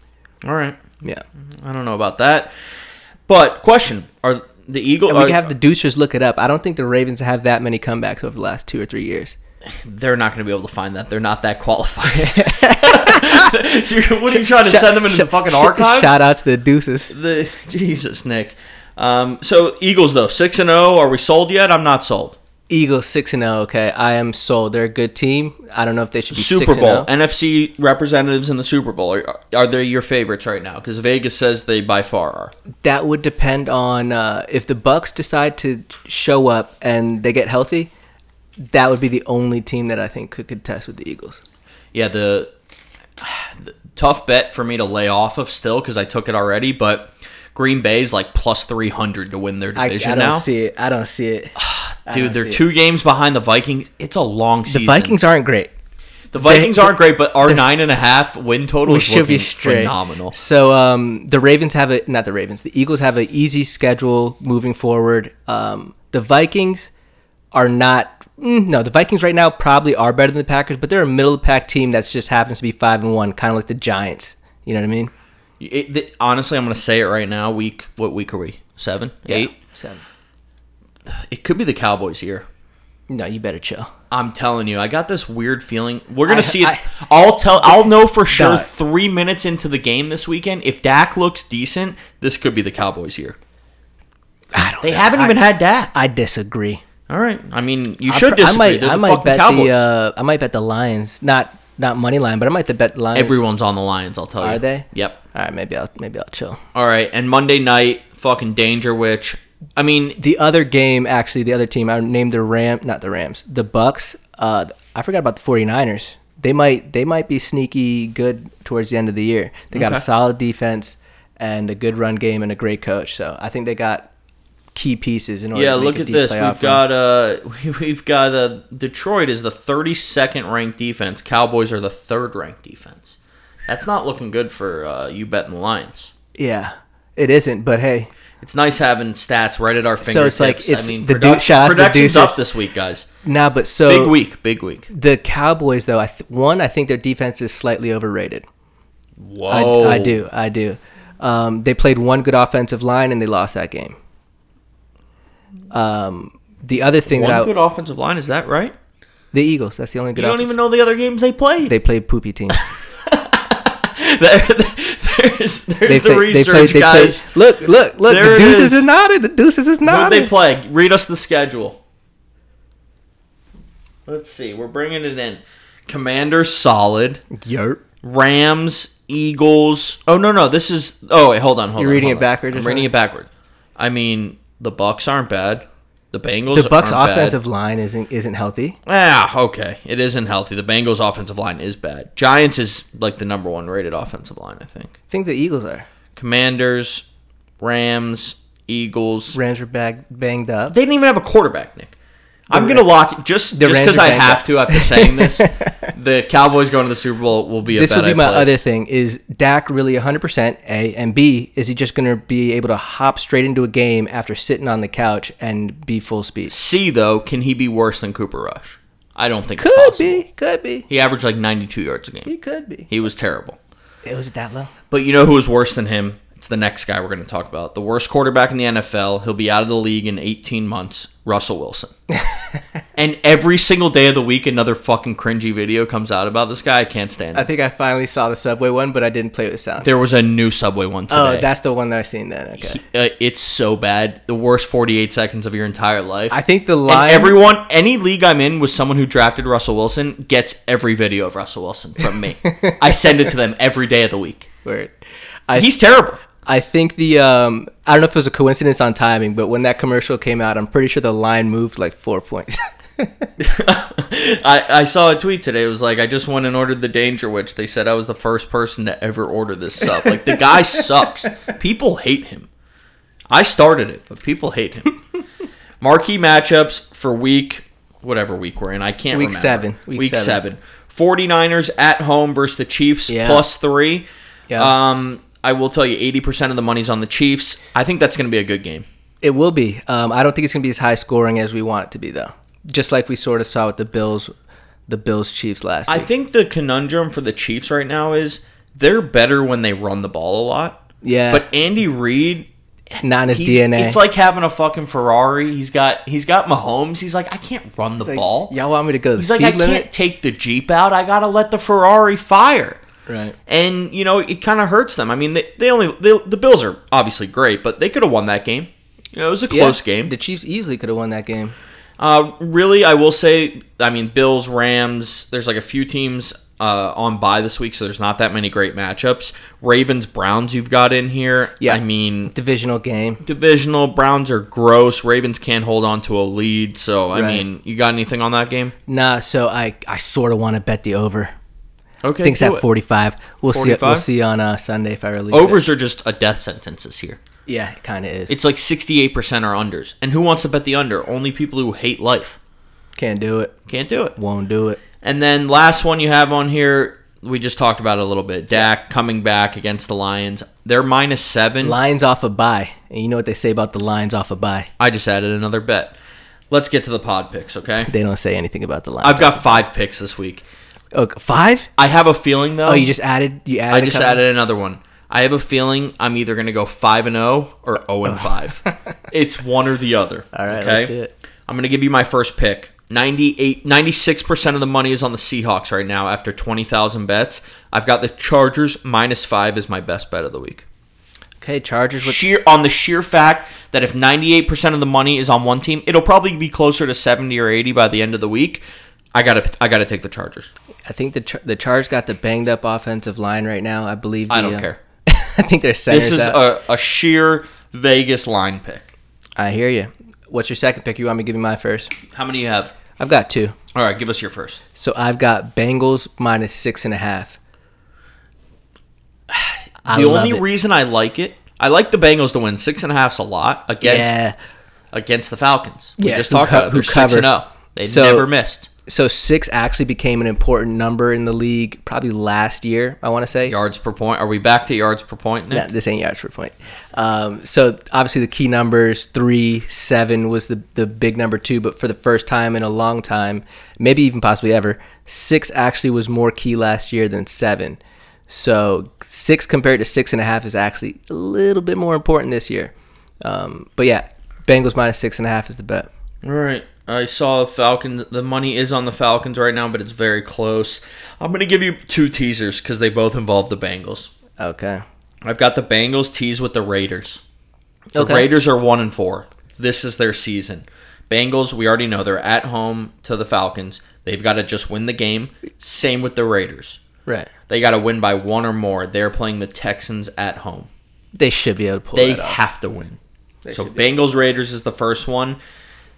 [SPEAKER 1] All right.
[SPEAKER 2] yeah
[SPEAKER 1] I don't know about that. But question, are the Eagles
[SPEAKER 2] and we
[SPEAKER 1] are,
[SPEAKER 2] can have the deucers look it up i don't think the ravens have that many comebacks over the last two or three years
[SPEAKER 1] they're not going to be able to find that. They're not that qualified. You're- what are you trying to send them into the fucking archives?
[SPEAKER 2] shout out to the deuces
[SPEAKER 1] The Jesus, Nick. Um, so Eagles though, 6 and 0, are we sold yet? I'm not sold.
[SPEAKER 2] eagles 6-0 okay i am sold they're a good team i don't know if they should be oh.
[SPEAKER 1] Super
[SPEAKER 2] 6-0.
[SPEAKER 1] Bowl, NFC representatives in the Super Bowl. Are, are they your favorites right now? Because Vegas says they by far are.
[SPEAKER 2] that would depend on uh, if the bucks decide to show up and they get healthy that would be the only team that i think could contest with the eagles
[SPEAKER 1] yeah, the, the tough bet for me to lay off of still because I took it already, but Green Bay's like plus 300 to win their
[SPEAKER 2] i, I
[SPEAKER 1] division
[SPEAKER 2] don't
[SPEAKER 1] now.
[SPEAKER 2] see it i don't see it I
[SPEAKER 1] Dude,
[SPEAKER 2] don't
[SPEAKER 1] they're
[SPEAKER 2] see it.
[SPEAKER 1] two games behind the Vikings. It's a long
[SPEAKER 2] the
[SPEAKER 1] season.
[SPEAKER 2] vikings aren't great
[SPEAKER 1] The Vikings aren't great, but our nine and a half win total
[SPEAKER 2] we
[SPEAKER 1] is
[SPEAKER 2] should be
[SPEAKER 1] looking
[SPEAKER 2] straight.
[SPEAKER 1] phenomenal.
[SPEAKER 2] So um, the Ravens have a not the Ravens. The Eagles have an easy schedule moving forward. Um, the Vikings are not. mm, No, the Vikings right now probably are better than the Packers, but they're a middle of the pack team that just happens to be five and one, kind of like the Giants. You know what I mean?
[SPEAKER 1] It, th- honestly, I'm going to say it right now. Week what week are we? Seven, eight.
[SPEAKER 2] So
[SPEAKER 1] It could be the Cowboys here.
[SPEAKER 2] no, you better chill.
[SPEAKER 1] I'm telling you, I got this weird feeling. We're gonna
[SPEAKER 2] I-
[SPEAKER 1] see it.
[SPEAKER 2] I-
[SPEAKER 1] I, will tell. I'll know for sure
[SPEAKER 2] Duh.
[SPEAKER 1] three minutes into the game this weekend. If Dak looks decent, this could be the Cowboys' year.
[SPEAKER 2] I don't.
[SPEAKER 1] They haven't even had Dak.
[SPEAKER 2] I disagree.
[SPEAKER 1] All right. I mean, you
[SPEAKER 2] I
[SPEAKER 1] should
[SPEAKER 2] pr-
[SPEAKER 1] disagree.
[SPEAKER 2] I might.
[SPEAKER 1] They're
[SPEAKER 2] I
[SPEAKER 1] the
[SPEAKER 2] might
[SPEAKER 1] fucking
[SPEAKER 2] bet
[SPEAKER 1] Cowboys.
[SPEAKER 2] the. Uh, I might bet the Lions. Not not money line, but I might bet the Lions.
[SPEAKER 1] Everyone's on the Lions. I'll tell you.
[SPEAKER 2] Are they?
[SPEAKER 1] Yep.
[SPEAKER 2] All right, maybe I'll maybe I'll chill.
[SPEAKER 1] All right. And Monday night, fucking Danger Witch. I mean,
[SPEAKER 2] The other game, actually, the other team, I named the Ram, not the Rams, the Bucks. Uh, I forgot about the 49ers. They might they might be sneaky good towards the end of the year. They got a
[SPEAKER 1] Okay.
[SPEAKER 2] solid defense and a good run game and a great coach. So I think they got key pieces in order.
[SPEAKER 1] yeah.
[SPEAKER 2] to make
[SPEAKER 1] Look
[SPEAKER 2] a
[SPEAKER 1] at
[SPEAKER 2] deep
[SPEAKER 1] this.
[SPEAKER 2] playoff
[SPEAKER 1] We've
[SPEAKER 2] run.
[SPEAKER 1] got uh, we've got uh, Detroit is the 32nd ranked defense. Cowboys are the third ranked defense. That's not looking good for uh, you betting the Lions.
[SPEAKER 2] yeah. It isn't, but hey,
[SPEAKER 1] It's nice having stats right at our fingertips.
[SPEAKER 2] So it's like-
[SPEAKER 1] I
[SPEAKER 2] it's
[SPEAKER 1] mean,
[SPEAKER 2] the
[SPEAKER 1] produc-
[SPEAKER 2] dude- shout out to
[SPEAKER 1] production's up
[SPEAKER 2] Deuces.
[SPEAKER 1] this week, guys.
[SPEAKER 2] nah. But so
[SPEAKER 1] Big week, big week.
[SPEAKER 2] the Cowboys, though, I th- one, I think their defense is slightly overrated.
[SPEAKER 1] Whoa,
[SPEAKER 2] I, I do, I do. Um, they played one good offensive line and they lost that game. Um, the other thing
[SPEAKER 1] One
[SPEAKER 2] that I,
[SPEAKER 1] good offensive line, is that right?
[SPEAKER 2] the Eagles, that's the only good.
[SPEAKER 1] You don't
[SPEAKER 2] offensive-
[SPEAKER 1] even know the other games they played.
[SPEAKER 2] they played poopy teams.
[SPEAKER 1] There- there's there's
[SPEAKER 2] They
[SPEAKER 1] the
[SPEAKER 2] play-
[SPEAKER 1] research,
[SPEAKER 2] they played, they
[SPEAKER 1] guys.
[SPEAKER 2] Played, look, look, look.
[SPEAKER 1] There
[SPEAKER 2] the
[SPEAKER 1] it
[SPEAKER 2] deuces
[SPEAKER 1] is.
[SPEAKER 2] is nodded. The deuces is
[SPEAKER 1] Who
[SPEAKER 2] nodded.
[SPEAKER 1] they play? Read us the schedule. Let's see. We're bringing it in. Commanders solid.
[SPEAKER 2] Yerp.
[SPEAKER 1] Rams, Eagles. Oh no, no, this is. Oh wait, hold on, hold on.
[SPEAKER 2] You're reading
[SPEAKER 1] hold
[SPEAKER 2] it
[SPEAKER 1] on.
[SPEAKER 2] backwards or
[SPEAKER 1] I'm reading
[SPEAKER 2] something?
[SPEAKER 1] it backward. I mean, the Bucks aren't bad. The Bengals.
[SPEAKER 2] The Bucks'
[SPEAKER 1] aren't
[SPEAKER 2] offensive line isn't isn't healthy.
[SPEAKER 1] Bad. Ah, okay. It isn't healthy. The Bengals' offensive line is bad. Giants is like the number one rated offensive line, I think.
[SPEAKER 2] I think the Eagles are.
[SPEAKER 1] Commanders, Rams, Eagles.
[SPEAKER 2] Rams are bag, banged up.
[SPEAKER 1] They didn't even have a quarterback, Nick. I'm gonna lock it just
[SPEAKER 2] the
[SPEAKER 1] just
[SPEAKER 2] Rams
[SPEAKER 1] because
[SPEAKER 2] are
[SPEAKER 1] I
[SPEAKER 2] banged
[SPEAKER 1] have
[SPEAKER 2] up.
[SPEAKER 1] to after saying this. the Cowboys going to the Super Bowl will be a
[SPEAKER 2] this
[SPEAKER 1] bet
[SPEAKER 2] would be
[SPEAKER 1] I
[SPEAKER 2] my
[SPEAKER 1] place.
[SPEAKER 2] other thing is Dak really 100% A and B is he just going to be able to hop straight into a game after sitting on the couch and be full speed?
[SPEAKER 1] C though, can he be worse than Cooper Rush? I don't think it's
[SPEAKER 2] Could
[SPEAKER 1] possible.
[SPEAKER 2] be, could be.
[SPEAKER 1] He averaged like 92 yards a game.
[SPEAKER 2] He could be.
[SPEAKER 1] He was terrible.
[SPEAKER 2] It was that low.
[SPEAKER 1] But you know who was worse than him? It's the next guy we're going to talk about. The worst quarterback in the NFL. He'll be out of the league in 18 months. Russell Wilson. and every single day of the week, another fucking cringy video comes out about this guy. I can't stand
[SPEAKER 2] I
[SPEAKER 1] it.
[SPEAKER 2] think I finally saw the subway one, but I didn't play with the sound.
[SPEAKER 1] There was a new Subway one today.
[SPEAKER 2] Oh, that's the one that I seen then. Okay.
[SPEAKER 1] He- uh, it's so bad. The worst 48 seconds of your entire life.
[SPEAKER 2] I think the
[SPEAKER 1] And
[SPEAKER 2] line
[SPEAKER 1] everyone, any league I'm in with someone who drafted Russell Wilson gets every video of Russell Wilson from me. I send it to them every day of the week.
[SPEAKER 2] word. I
[SPEAKER 1] He's terrible.
[SPEAKER 2] I think the um I don't know if it was a coincidence on timing, but when that commercial came out, I'm pretty sure the line moved like four points.
[SPEAKER 1] I, I saw a tweet today. It was like, I just went and ordered the Danger Witch. They said I was the first person to ever order this sub. Like, the guy sucks. People hate him. I started it, but people hate him. Marquee matchups for week, whatever week we're in. I can't
[SPEAKER 2] Week
[SPEAKER 1] remember.
[SPEAKER 2] seven.
[SPEAKER 1] Week,
[SPEAKER 2] Week
[SPEAKER 1] seven.
[SPEAKER 2] seven.
[SPEAKER 1] 49ers at home versus the Chiefs
[SPEAKER 2] Yeah.
[SPEAKER 1] plus three.
[SPEAKER 2] Yeah.
[SPEAKER 1] Um, I will tell you, 80% of the money's on the Chiefs. I think that's going to be a good game.
[SPEAKER 2] It will be. Um, I don't think it's going to be as high scoring as we want it to be, though. Just like we sort of saw with the Bills, the Bills Chiefs last
[SPEAKER 1] I
[SPEAKER 2] week.
[SPEAKER 1] think the conundrum for the Chiefs right now is they're better when they run the ball a lot.
[SPEAKER 2] Yeah,
[SPEAKER 1] But Andy Reid,
[SPEAKER 2] not in his
[SPEAKER 1] he's,
[SPEAKER 2] DNA.
[SPEAKER 1] it's like having a fucking Ferrari. He's got he's got Mahomes. He's like, I can't run the
[SPEAKER 2] Like,
[SPEAKER 1] ball.
[SPEAKER 2] Y'all want me to go? To the
[SPEAKER 1] he's like,
[SPEAKER 2] speed
[SPEAKER 1] I
[SPEAKER 2] limit?
[SPEAKER 1] can't take the Jeep out. I gotta let the Ferrari fire.
[SPEAKER 2] Right.
[SPEAKER 1] And you know, it kind of hurts them. I mean, they, they only they, the Bills are obviously great, but they could have won that game. You know, it was a
[SPEAKER 2] Yeah,
[SPEAKER 1] close game.
[SPEAKER 2] The Chiefs easily could have won that game.
[SPEAKER 1] Uh, really, I will say, I mean, Bills, Rams. There's like a few teams uh, on bye this week, so there's not that many great matchups. Ravens, Browns, you've got in here.
[SPEAKER 2] Yeah.
[SPEAKER 1] I mean,
[SPEAKER 2] Divisional game.
[SPEAKER 1] divisional. Browns are gross. Ravens can't hold on to a lead. So I
[SPEAKER 2] Right.
[SPEAKER 1] mean, you got anything on that game?
[SPEAKER 2] Nah. So I, I sort of want to bet the over.
[SPEAKER 1] Okay,
[SPEAKER 2] Thinks
[SPEAKER 1] do
[SPEAKER 2] at
[SPEAKER 1] it.
[SPEAKER 2] forty five. We'll see.
[SPEAKER 1] 45?
[SPEAKER 2] We'll see on uh, Sunday if I release It.
[SPEAKER 1] Overs are just a death sentence this year.
[SPEAKER 2] Yeah, it kind of is.
[SPEAKER 1] It's like 68% are unders. And who wants to bet the under? Only people who hate life.
[SPEAKER 2] Can't do it.
[SPEAKER 1] Can't do it.
[SPEAKER 2] Won't do it.
[SPEAKER 1] And then last one you have on here, we just talked about it a little bit. Dak coming back against the Lions. They're minus seven.
[SPEAKER 2] Lions off a bye. And you know what they say about the Lions off a bye.
[SPEAKER 1] I just added another bet. Let's get to the pod picks, okay?
[SPEAKER 2] They don't say anything about the Lions.
[SPEAKER 1] I've got five picks this week.
[SPEAKER 2] Oh, five?
[SPEAKER 1] I have a feeling though.
[SPEAKER 2] Oh, you just added. You added.
[SPEAKER 1] I
[SPEAKER 2] a
[SPEAKER 1] just
[SPEAKER 2] couple?
[SPEAKER 1] added another one. I have a feeling I'm either going to go 5 and 0 or 0 and 5. it's one or the other.
[SPEAKER 2] All right, let's do it.
[SPEAKER 1] I'm going to give you my first pick. 98 96% of the money is on the Seahawks right now after 20,000 bets. I've got the Chargers minus 5 as my best bet of the week.
[SPEAKER 2] Okay, Chargers with
[SPEAKER 1] Sheer on the sheer fact that if 98% of the money is on one team, it'll probably be closer to 70 or 80 by the end of the week. I got to I got to take the Chargers.
[SPEAKER 2] I think the Char- the Charge got the banged up offensive line right now. I believe. The,
[SPEAKER 1] I don't
[SPEAKER 2] uh,
[SPEAKER 1] care.
[SPEAKER 2] I think they're centers.
[SPEAKER 1] This is a, a sheer Vegas line pick.
[SPEAKER 2] I hear you. What's your second pick? You want me to give you my first?
[SPEAKER 1] How many you have?
[SPEAKER 2] I've got two.
[SPEAKER 1] All right, give us your first.
[SPEAKER 2] So I've got Bengals minus six and a half. I
[SPEAKER 1] the
[SPEAKER 2] love
[SPEAKER 1] only
[SPEAKER 2] it.
[SPEAKER 1] reason I like it, I like the Bengals to win. Six and a half's a lot against
[SPEAKER 2] yeah.
[SPEAKER 1] against the Falcons. We
[SPEAKER 2] Yeah,
[SPEAKER 1] just
[SPEAKER 2] who
[SPEAKER 1] talked
[SPEAKER 2] co-
[SPEAKER 1] about it.
[SPEAKER 2] who
[SPEAKER 1] They're six and
[SPEAKER 2] covered.
[SPEAKER 1] zero. They
[SPEAKER 2] So-
[SPEAKER 1] never missed
[SPEAKER 2] So six actually became an important number in the league probably last year. I want to say.
[SPEAKER 1] yards per point. Are we back to yards per point now?
[SPEAKER 2] Yeah, this ain't yards per point. Um, so obviously the key numbers three, seven was the the big number two, but for the first time in a long time, maybe even possibly ever, six actually was more key last year than seven. So six compared to six and a half is actually a little bit more important this year. Um, but yeah, Bengals minus six and a half is the bet.
[SPEAKER 1] All right. I saw the Falcons. The money is on the Falcons right now, but it's very close. I'm going to give you two teasers because they both involve the Bengals.
[SPEAKER 2] Okay.
[SPEAKER 1] I've got the Bengals tease with the Raiders. The
[SPEAKER 2] Okay.
[SPEAKER 1] Raiders are one and four. This is their season. Bengals, we already know they're at home to the Falcons. They've got to just win the game. Same with the Raiders.
[SPEAKER 2] Right.
[SPEAKER 1] They got to win by one or more. They're playing the Texans at home.
[SPEAKER 2] They should be able to pull
[SPEAKER 1] They
[SPEAKER 2] that off.
[SPEAKER 1] have to win. so
[SPEAKER 2] should
[SPEAKER 1] Bengals Raiders is the first one.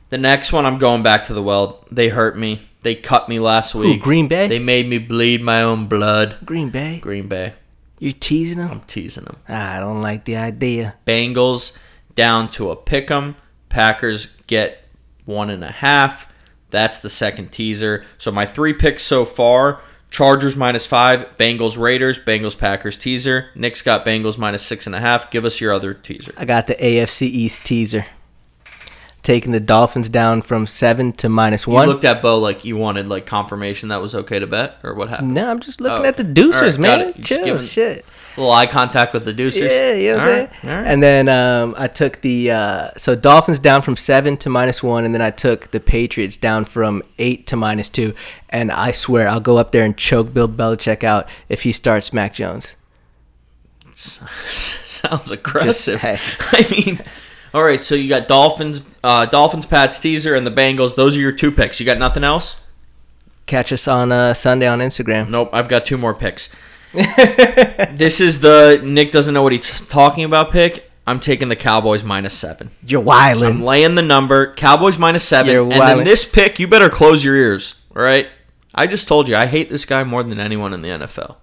[SPEAKER 1] The next one, I'm going back to the well. They hurt me. They cut me last week.
[SPEAKER 2] Green Bay?
[SPEAKER 1] They made me bleed my own blood.
[SPEAKER 2] Green Bay,
[SPEAKER 1] Green Bay.
[SPEAKER 2] you're teasing them. Ah,
[SPEAKER 1] I'm teasing them.
[SPEAKER 2] I don't like the idea.
[SPEAKER 1] Bengals down to a pick 'em. Packers get one and a half. That's the second teaser. So my three picks so far: Chargers minus five, Bengals Raiders, Bengals Packers teaser. Nick's got Bengals minus six and a half. Give us your other teaser.
[SPEAKER 2] I got the AFC East teaser. Taking the Dolphins down from seven to minus
[SPEAKER 1] You
[SPEAKER 2] one.
[SPEAKER 1] looked at Bo like you wanted like confirmation that was okay to bet, or what happened?
[SPEAKER 2] no, I'm just looking
[SPEAKER 1] Oh,
[SPEAKER 2] at the
[SPEAKER 1] okay.
[SPEAKER 2] deucers,
[SPEAKER 1] All right, got
[SPEAKER 2] man.
[SPEAKER 1] it. You just
[SPEAKER 2] Chill,
[SPEAKER 1] giving-
[SPEAKER 2] shit.
[SPEAKER 1] little eye contact with the deuces.
[SPEAKER 2] Mm. Yeah, you know what I'm
[SPEAKER 1] All
[SPEAKER 2] saying?
[SPEAKER 1] right, all right.
[SPEAKER 2] And then um, I took the uh, so Dolphins down from seven to minus one, and then I took the Patriots down from eight to minus two. And I swear I'll go up there and choke Bill Belichick out if he starts Mac Jones.
[SPEAKER 1] Sounds aggressive.
[SPEAKER 2] hey.
[SPEAKER 1] I mean, all right. So you got Dolphins, uh, Dolphins, Pats teaser, and the Bengals. Those are your two picks. You got nothing else?
[SPEAKER 2] Catch us on uh, Sunday on Instagram.
[SPEAKER 1] Nope. I've got two more picks. this is the Nick doesn't know what he's talking about pick. I'm taking the Cowboys minus seven.
[SPEAKER 2] You're
[SPEAKER 1] I'm
[SPEAKER 2] wildin'.
[SPEAKER 1] laying the number Cowboys minus seven,
[SPEAKER 2] You're
[SPEAKER 1] and then
[SPEAKER 2] wildin'.
[SPEAKER 1] this pick. You better close your ears. All right. I just told you I hate this guy more than anyone in the NFL.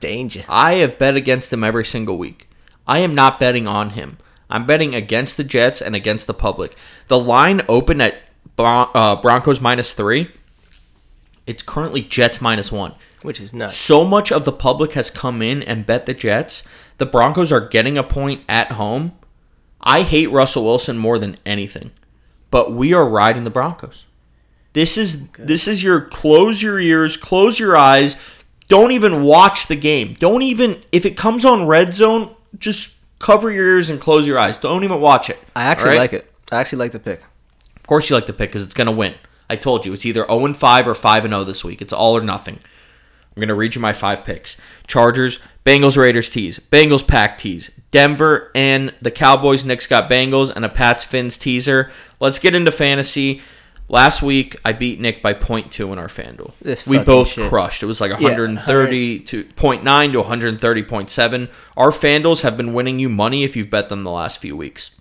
[SPEAKER 2] Danger.
[SPEAKER 1] I have bet against him every single week. I am not betting on him. I'm betting against the Jets and against the public. The line opened at Bron- uh, Broncos minus three. It's currently Jets minus one.
[SPEAKER 2] Which is nuts.
[SPEAKER 1] So much of the public has come in and bet the Jets. The Broncos are getting a point at home. I hate Russell Wilson more than anything, but we are riding the Broncos. This is this is your close your ears, close your eyes. Don't even watch the game. Don't even if it comes on red zone, just cover your ears and close your eyes. Don't even watch it.
[SPEAKER 2] I actually
[SPEAKER 1] all right?
[SPEAKER 2] like it. I actually like the pick.
[SPEAKER 1] Of course you like the pick because it's going to win. I told you it's either 0 and 5 or 5 and 0 this week. It's all or nothing. I'm going to read you my five picks: Chargers, Bengals, Raiders tease, Bengals pack tease, Denver and the Cowboys. Nick's got Bengals and a Pats Fins teaser. Let's get into fantasy. Last week I beat Nick by 0.2 in our FanDuel.
[SPEAKER 2] This
[SPEAKER 1] we
[SPEAKER 2] fucking
[SPEAKER 1] both
[SPEAKER 2] shit.
[SPEAKER 1] crushed. It was like 130 to 0.9 to 130.7. Our FanDuels have been winning you money if you've bet them the last few weeks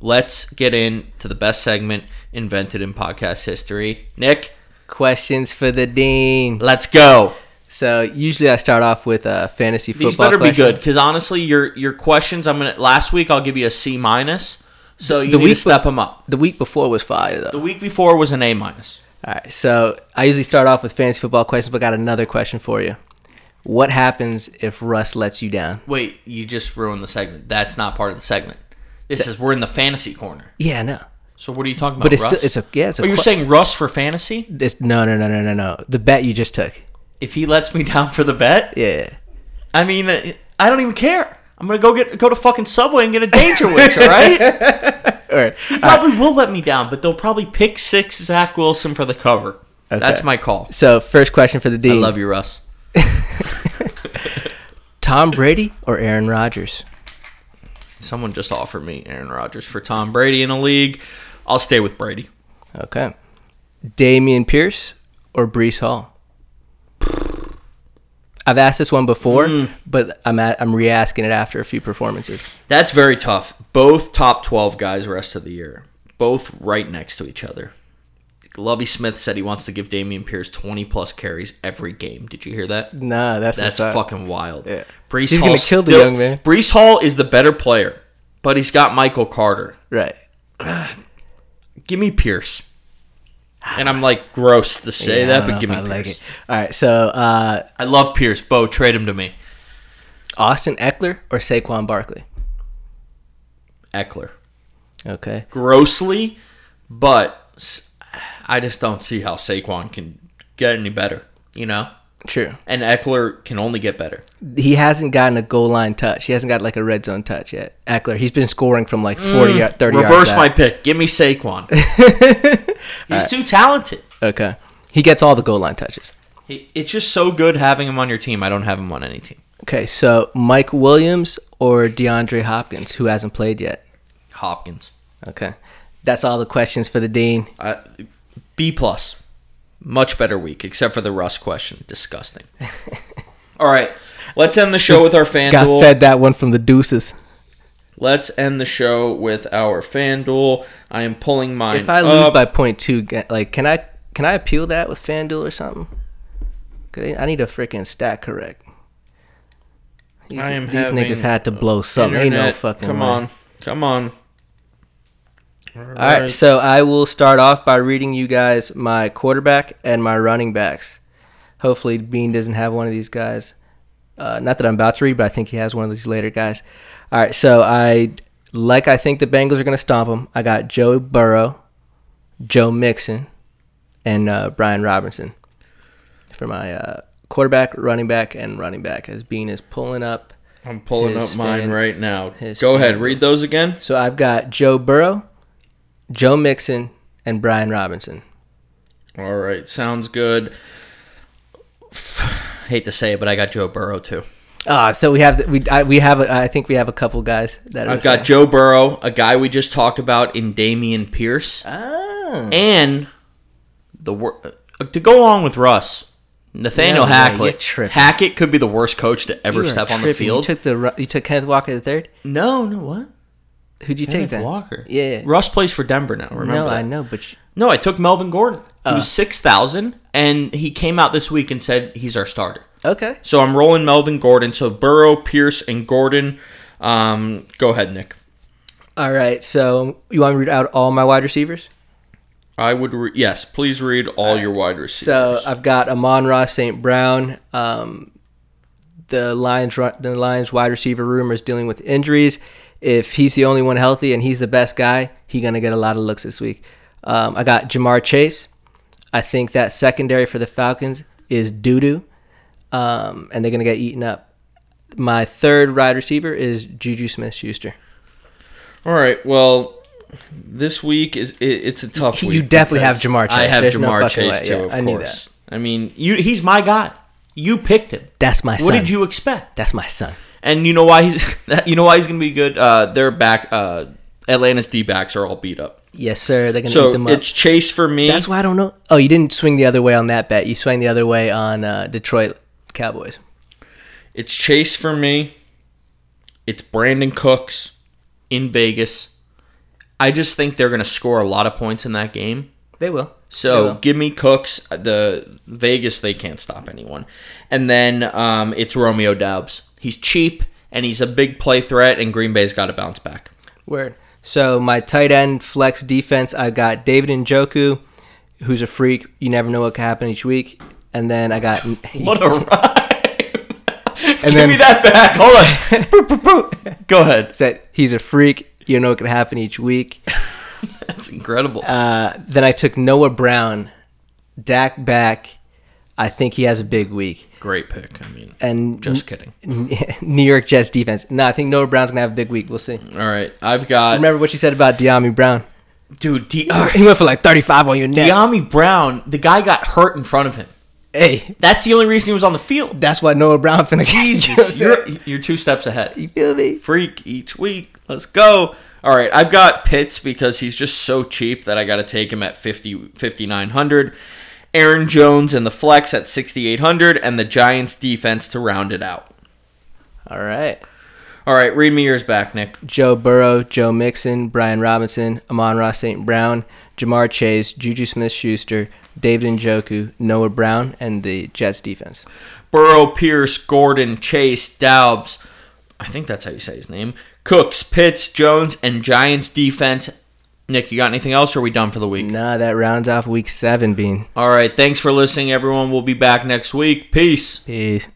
[SPEAKER 1] let's get in to the best segment invented in podcast history. Nick,
[SPEAKER 2] Questions for the dean.
[SPEAKER 1] let's go.
[SPEAKER 2] So usually I start off with uh, fantasy football.
[SPEAKER 1] These better
[SPEAKER 2] questions.
[SPEAKER 1] be good because honestly, your your questions. I'm gonna last week. I'll give you a C minus. So you
[SPEAKER 2] the
[SPEAKER 1] need to
[SPEAKER 2] week
[SPEAKER 1] step them up.
[SPEAKER 2] The week before was fire though.
[SPEAKER 1] The week before was an A minus.
[SPEAKER 2] All right. So I usually start off with fantasy football questions, but I got another question for you. What happens if Russ lets you down?
[SPEAKER 1] Wait, you just ruined the segment. That's not part of the segment. This is we're in the fantasy corner.
[SPEAKER 2] Yeah, no.
[SPEAKER 1] So what are you talking about?
[SPEAKER 2] But it's
[SPEAKER 1] Russ?
[SPEAKER 2] still, it's a yeah. It's a
[SPEAKER 1] oh, you're
[SPEAKER 2] que-
[SPEAKER 1] saying Russ for fantasy?
[SPEAKER 2] it's, no, no, no, no, no, no. The bet you just took.
[SPEAKER 1] If he lets me down for the bet,
[SPEAKER 2] Yeah.
[SPEAKER 1] I mean, uh, I don't even care. I'm gonna go get go to fucking Subway and get a Danger Witch. All right?
[SPEAKER 2] All right.
[SPEAKER 1] He probably will let me down, but they'll probably pick six Zach Wilson for the cover.
[SPEAKER 2] Okay.
[SPEAKER 1] That's my call.
[SPEAKER 2] So first question for the
[SPEAKER 1] I
[SPEAKER 2] dean:
[SPEAKER 1] love you, Russ.
[SPEAKER 2] Tom Brady or Aaron Rodgers?
[SPEAKER 1] Someone just offered me Aaron Rodgers for Tom Brady in a league. I'll stay with Brady.
[SPEAKER 2] Okay. Damian Pierce or Brees Hall? I've asked this one before, but I'm at, I'm re-asking it after a few performances.
[SPEAKER 1] That's very tough. Both top 12 guys rest of the year. Both right next to each other. Lovey Smith said he wants to give Damian Pierce 20 plus carries every game. Did you hear that?
[SPEAKER 2] Nah, that's
[SPEAKER 1] That's
[SPEAKER 2] what's up.
[SPEAKER 1] fucking wild.
[SPEAKER 2] Yeah.
[SPEAKER 1] Brees
[SPEAKER 2] He's
[SPEAKER 1] Hall
[SPEAKER 2] gonna kill the
[SPEAKER 1] still-
[SPEAKER 2] young man.
[SPEAKER 1] Brees Hall is the better player, but he's got Michael Carter.
[SPEAKER 2] right.
[SPEAKER 1] Give me Pierce. And I'm like gross to say
[SPEAKER 2] Yeah, I
[SPEAKER 1] that,
[SPEAKER 2] don't
[SPEAKER 1] but
[SPEAKER 2] know
[SPEAKER 1] give me
[SPEAKER 2] if I
[SPEAKER 1] Pierce.
[SPEAKER 2] like it. All right, so uh,
[SPEAKER 1] I love Pierce. Bo, trade him to me.
[SPEAKER 2] Austin Eckler or Saquon Barkley?
[SPEAKER 1] Eckler.
[SPEAKER 2] Okay.
[SPEAKER 1] grossly, but s- I just don't see how Saquon can get any better, you know?
[SPEAKER 2] True.
[SPEAKER 1] And Eckler can only get better.
[SPEAKER 2] He hasn't gotten a goal line touch. He hasn't got like a red zone touch yet. Eckler, he's been scoring from like 40 yard, 30 yards.
[SPEAKER 1] Reverse
[SPEAKER 2] out.
[SPEAKER 1] my pick. Give me Saquon. He's too talented.
[SPEAKER 2] Okay. He gets all the goal line touches.
[SPEAKER 1] He- It's just so good having him on your team. I don't have him on any team.
[SPEAKER 2] Okay, so Mike Williams or DeAndre Hopkins, who hasn't played yet.
[SPEAKER 1] Hopkins.
[SPEAKER 2] Okay. That's all the questions for the dean.
[SPEAKER 1] I, B plus. Much better week, except for the Russ question. Disgusting. All right. Let's end the show with our fan
[SPEAKER 2] Got
[SPEAKER 1] duel.
[SPEAKER 2] fed that one from the deuces.
[SPEAKER 1] Let's end the show with our fan duel. I am pulling mine.
[SPEAKER 2] If I lose
[SPEAKER 1] up.
[SPEAKER 2] by point two, ga- like can I can I appeal that with FanDuel or something? 'Cause I I need a freaking stat correct. These,
[SPEAKER 1] I am
[SPEAKER 2] these niggas
[SPEAKER 1] having
[SPEAKER 2] had to blow something. Ain't no
[SPEAKER 1] Internet,
[SPEAKER 2] fucking
[SPEAKER 1] Come
[SPEAKER 2] way.
[SPEAKER 1] on, come on.
[SPEAKER 2] All right, so I will start off by reading you guys my quarterback and my running backs. Hopefully, Bean doesn't have one of these guys. Uh, not that I'm about to read, but I think he has one of these later guys. All right, so I like I think the Bengals are going to stomp them. I got Joe Burrow, Joe Mixon, and uh, Brian Robinson for my uh, quarterback, running back, and running back. As Bean is pulling up
[SPEAKER 1] I'm pulling
[SPEAKER 2] his
[SPEAKER 1] up mine
[SPEAKER 2] fan-
[SPEAKER 1] right now. Go
[SPEAKER 2] his
[SPEAKER 1] ahead,
[SPEAKER 2] fan-
[SPEAKER 1] read those again.
[SPEAKER 2] So I've got Joe Burrow, Joe Mixon, and Brian Robinson.
[SPEAKER 1] All right, sounds good. Hate to say it, but I got Joe Burrow too.
[SPEAKER 2] Ah, so we have we I, we have a, I think we have a couple guys that are
[SPEAKER 1] I've got Joe Burrow, a guy we just talked about in Damian Pierce,
[SPEAKER 2] Ah.
[SPEAKER 1] and the wor- uh, to go along with Russ, Nathaniel
[SPEAKER 2] No, no, you're
[SPEAKER 1] Hackett.
[SPEAKER 2] tripping.
[SPEAKER 1] Hackett could be the worst coach to ever step on the
[SPEAKER 2] You
[SPEAKER 1] field.
[SPEAKER 2] took the ru- you took Kenneth Walker the third.
[SPEAKER 1] no, no, what?
[SPEAKER 2] Who'd you
[SPEAKER 1] Kenneth
[SPEAKER 2] take then?
[SPEAKER 1] Walker.
[SPEAKER 2] Yeah.
[SPEAKER 1] Russ plays for Denver now. Remember
[SPEAKER 2] no,
[SPEAKER 1] that.
[SPEAKER 2] I Uh. know, but you,
[SPEAKER 1] No, I took Melvin Gordon, who's six thousand, and he came out this week and said he's our starter.
[SPEAKER 2] okay.
[SPEAKER 1] So I'm rolling Melvin Gordon. So Burrow, Pierce, and Gordon. Um, go ahead, Nick.
[SPEAKER 2] All right. So you want to read out all my wide receivers?
[SPEAKER 1] I would re- yes, please read all your wide
[SPEAKER 2] So
[SPEAKER 1] receivers.
[SPEAKER 2] I've got Amon Ross St. Brown. Um, the Lions ru- the Lions wide receiver room is dealing with injuries. If he's the only one healthy and he's the best guy, he's gonna get a lot of looks this week. Um, I got Jamar Chase. I think that secondary for the Falcons is doo doo, um, and they're gonna get eaten up. My third wide receiver is Juju Smith Schuster.
[SPEAKER 1] all right, well. This week is it, it's a tough
[SPEAKER 2] You
[SPEAKER 1] week.
[SPEAKER 2] definitely
[SPEAKER 1] because
[SPEAKER 2] have Jamar
[SPEAKER 1] I
[SPEAKER 2] Chase.
[SPEAKER 1] have
[SPEAKER 2] There's no
[SPEAKER 1] Jamar
[SPEAKER 2] fucking
[SPEAKER 1] Chase
[SPEAKER 2] way.
[SPEAKER 1] too,
[SPEAKER 2] Yeah,
[SPEAKER 1] of
[SPEAKER 2] I knew
[SPEAKER 1] course. I mean, you, he's my guy. You picked him.
[SPEAKER 2] That's my
[SPEAKER 1] What
[SPEAKER 2] son.
[SPEAKER 1] did you expect?
[SPEAKER 2] That's my son.
[SPEAKER 1] And you know why he's you know why he's gonna be good. Uh, their back, uh, Atlanta's D backs are all beat up.
[SPEAKER 2] Yes, sir. They're gonna eat them
[SPEAKER 1] So
[SPEAKER 2] up.
[SPEAKER 1] it's Chase for me.
[SPEAKER 2] That's why I don't know. Oh, you didn't swing the other way on that bet. You swung the other way on uh, Detroit Cowboys.
[SPEAKER 1] It's Chase for me. It's Brandon Cooks in Vegas. I just think they're going to score a lot of points in that game.
[SPEAKER 2] They will.
[SPEAKER 1] So
[SPEAKER 2] They will.
[SPEAKER 1] give me Cooks. uh, The Vegas they can't stop anyone. And then um, it's Romeo Dobbs. He's cheap and he's a big play threat. And Green Bay's got to bounce back.
[SPEAKER 2] Word. So my tight end flex defense, I got David Njoku, who's a freak. You never know what could happen each week. And then I got
[SPEAKER 1] What a rhyme. Give
[SPEAKER 2] then-
[SPEAKER 1] me that back. Hold on. Go ahead.
[SPEAKER 2] said he's a freak. You know what could happen each week.
[SPEAKER 1] That's incredible.
[SPEAKER 2] Uh, then I took Noah Brown, Dak back. I think he has a big week.
[SPEAKER 1] Great pick. I mean,
[SPEAKER 2] And
[SPEAKER 1] just kidding.
[SPEAKER 2] New York Jets defense. No, I think Noah Brown's gonna have a big week. We'll see.
[SPEAKER 1] All right. I've got.
[SPEAKER 2] Remember what you said about Deami Brown?
[SPEAKER 1] dude, D- all right.
[SPEAKER 2] He went for like thirty-five on your neck.
[SPEAKER 1] Deami Brown, the guy got hurt in front of him.
[SPEAKER 2] hey,
[SPEAKER 1] That's the only reason he was on the field.
[SPEAKER 2] that's why Noah Brown finna
[SPEAKER 1] Jesus, you're, you're two steps ahead.
[SPEAKER 2] you feel me?
[SPEAKER 1] Freak each week. Let's go. All right, I've got Pitts because he's just so cheap that I got to take him at 50 5900. Aaron Jones and the flex at 6800 and the Giants defense to round it out.
[SPEAKER 2] All right.
[SPEAKER 1] All right, read me yours back, Nick.
[SPEAKER 2] Joe Burrow, Joe Mixon, Brian Robinson, Amon Ross St. Brown, Jamar Chase, Juju Smith Schuster, David Njoku, Noah Brown, and the Jets defense.
[SPEAKER 1] Burrow, Pierce, Gordon, Chase, Daubs. I think that's how you say his name. Cooks, Pitts, Jones, and Giants defense. Nick, you got anything else? Or are we done for the week?
[SPEAKER 2] Nah, that rounds off week seven, Bean.
[SPEAKER 1] All right. Thanks for listening, everyone. We'll be back next week. Peace.
[SPEAKER 2] Peace.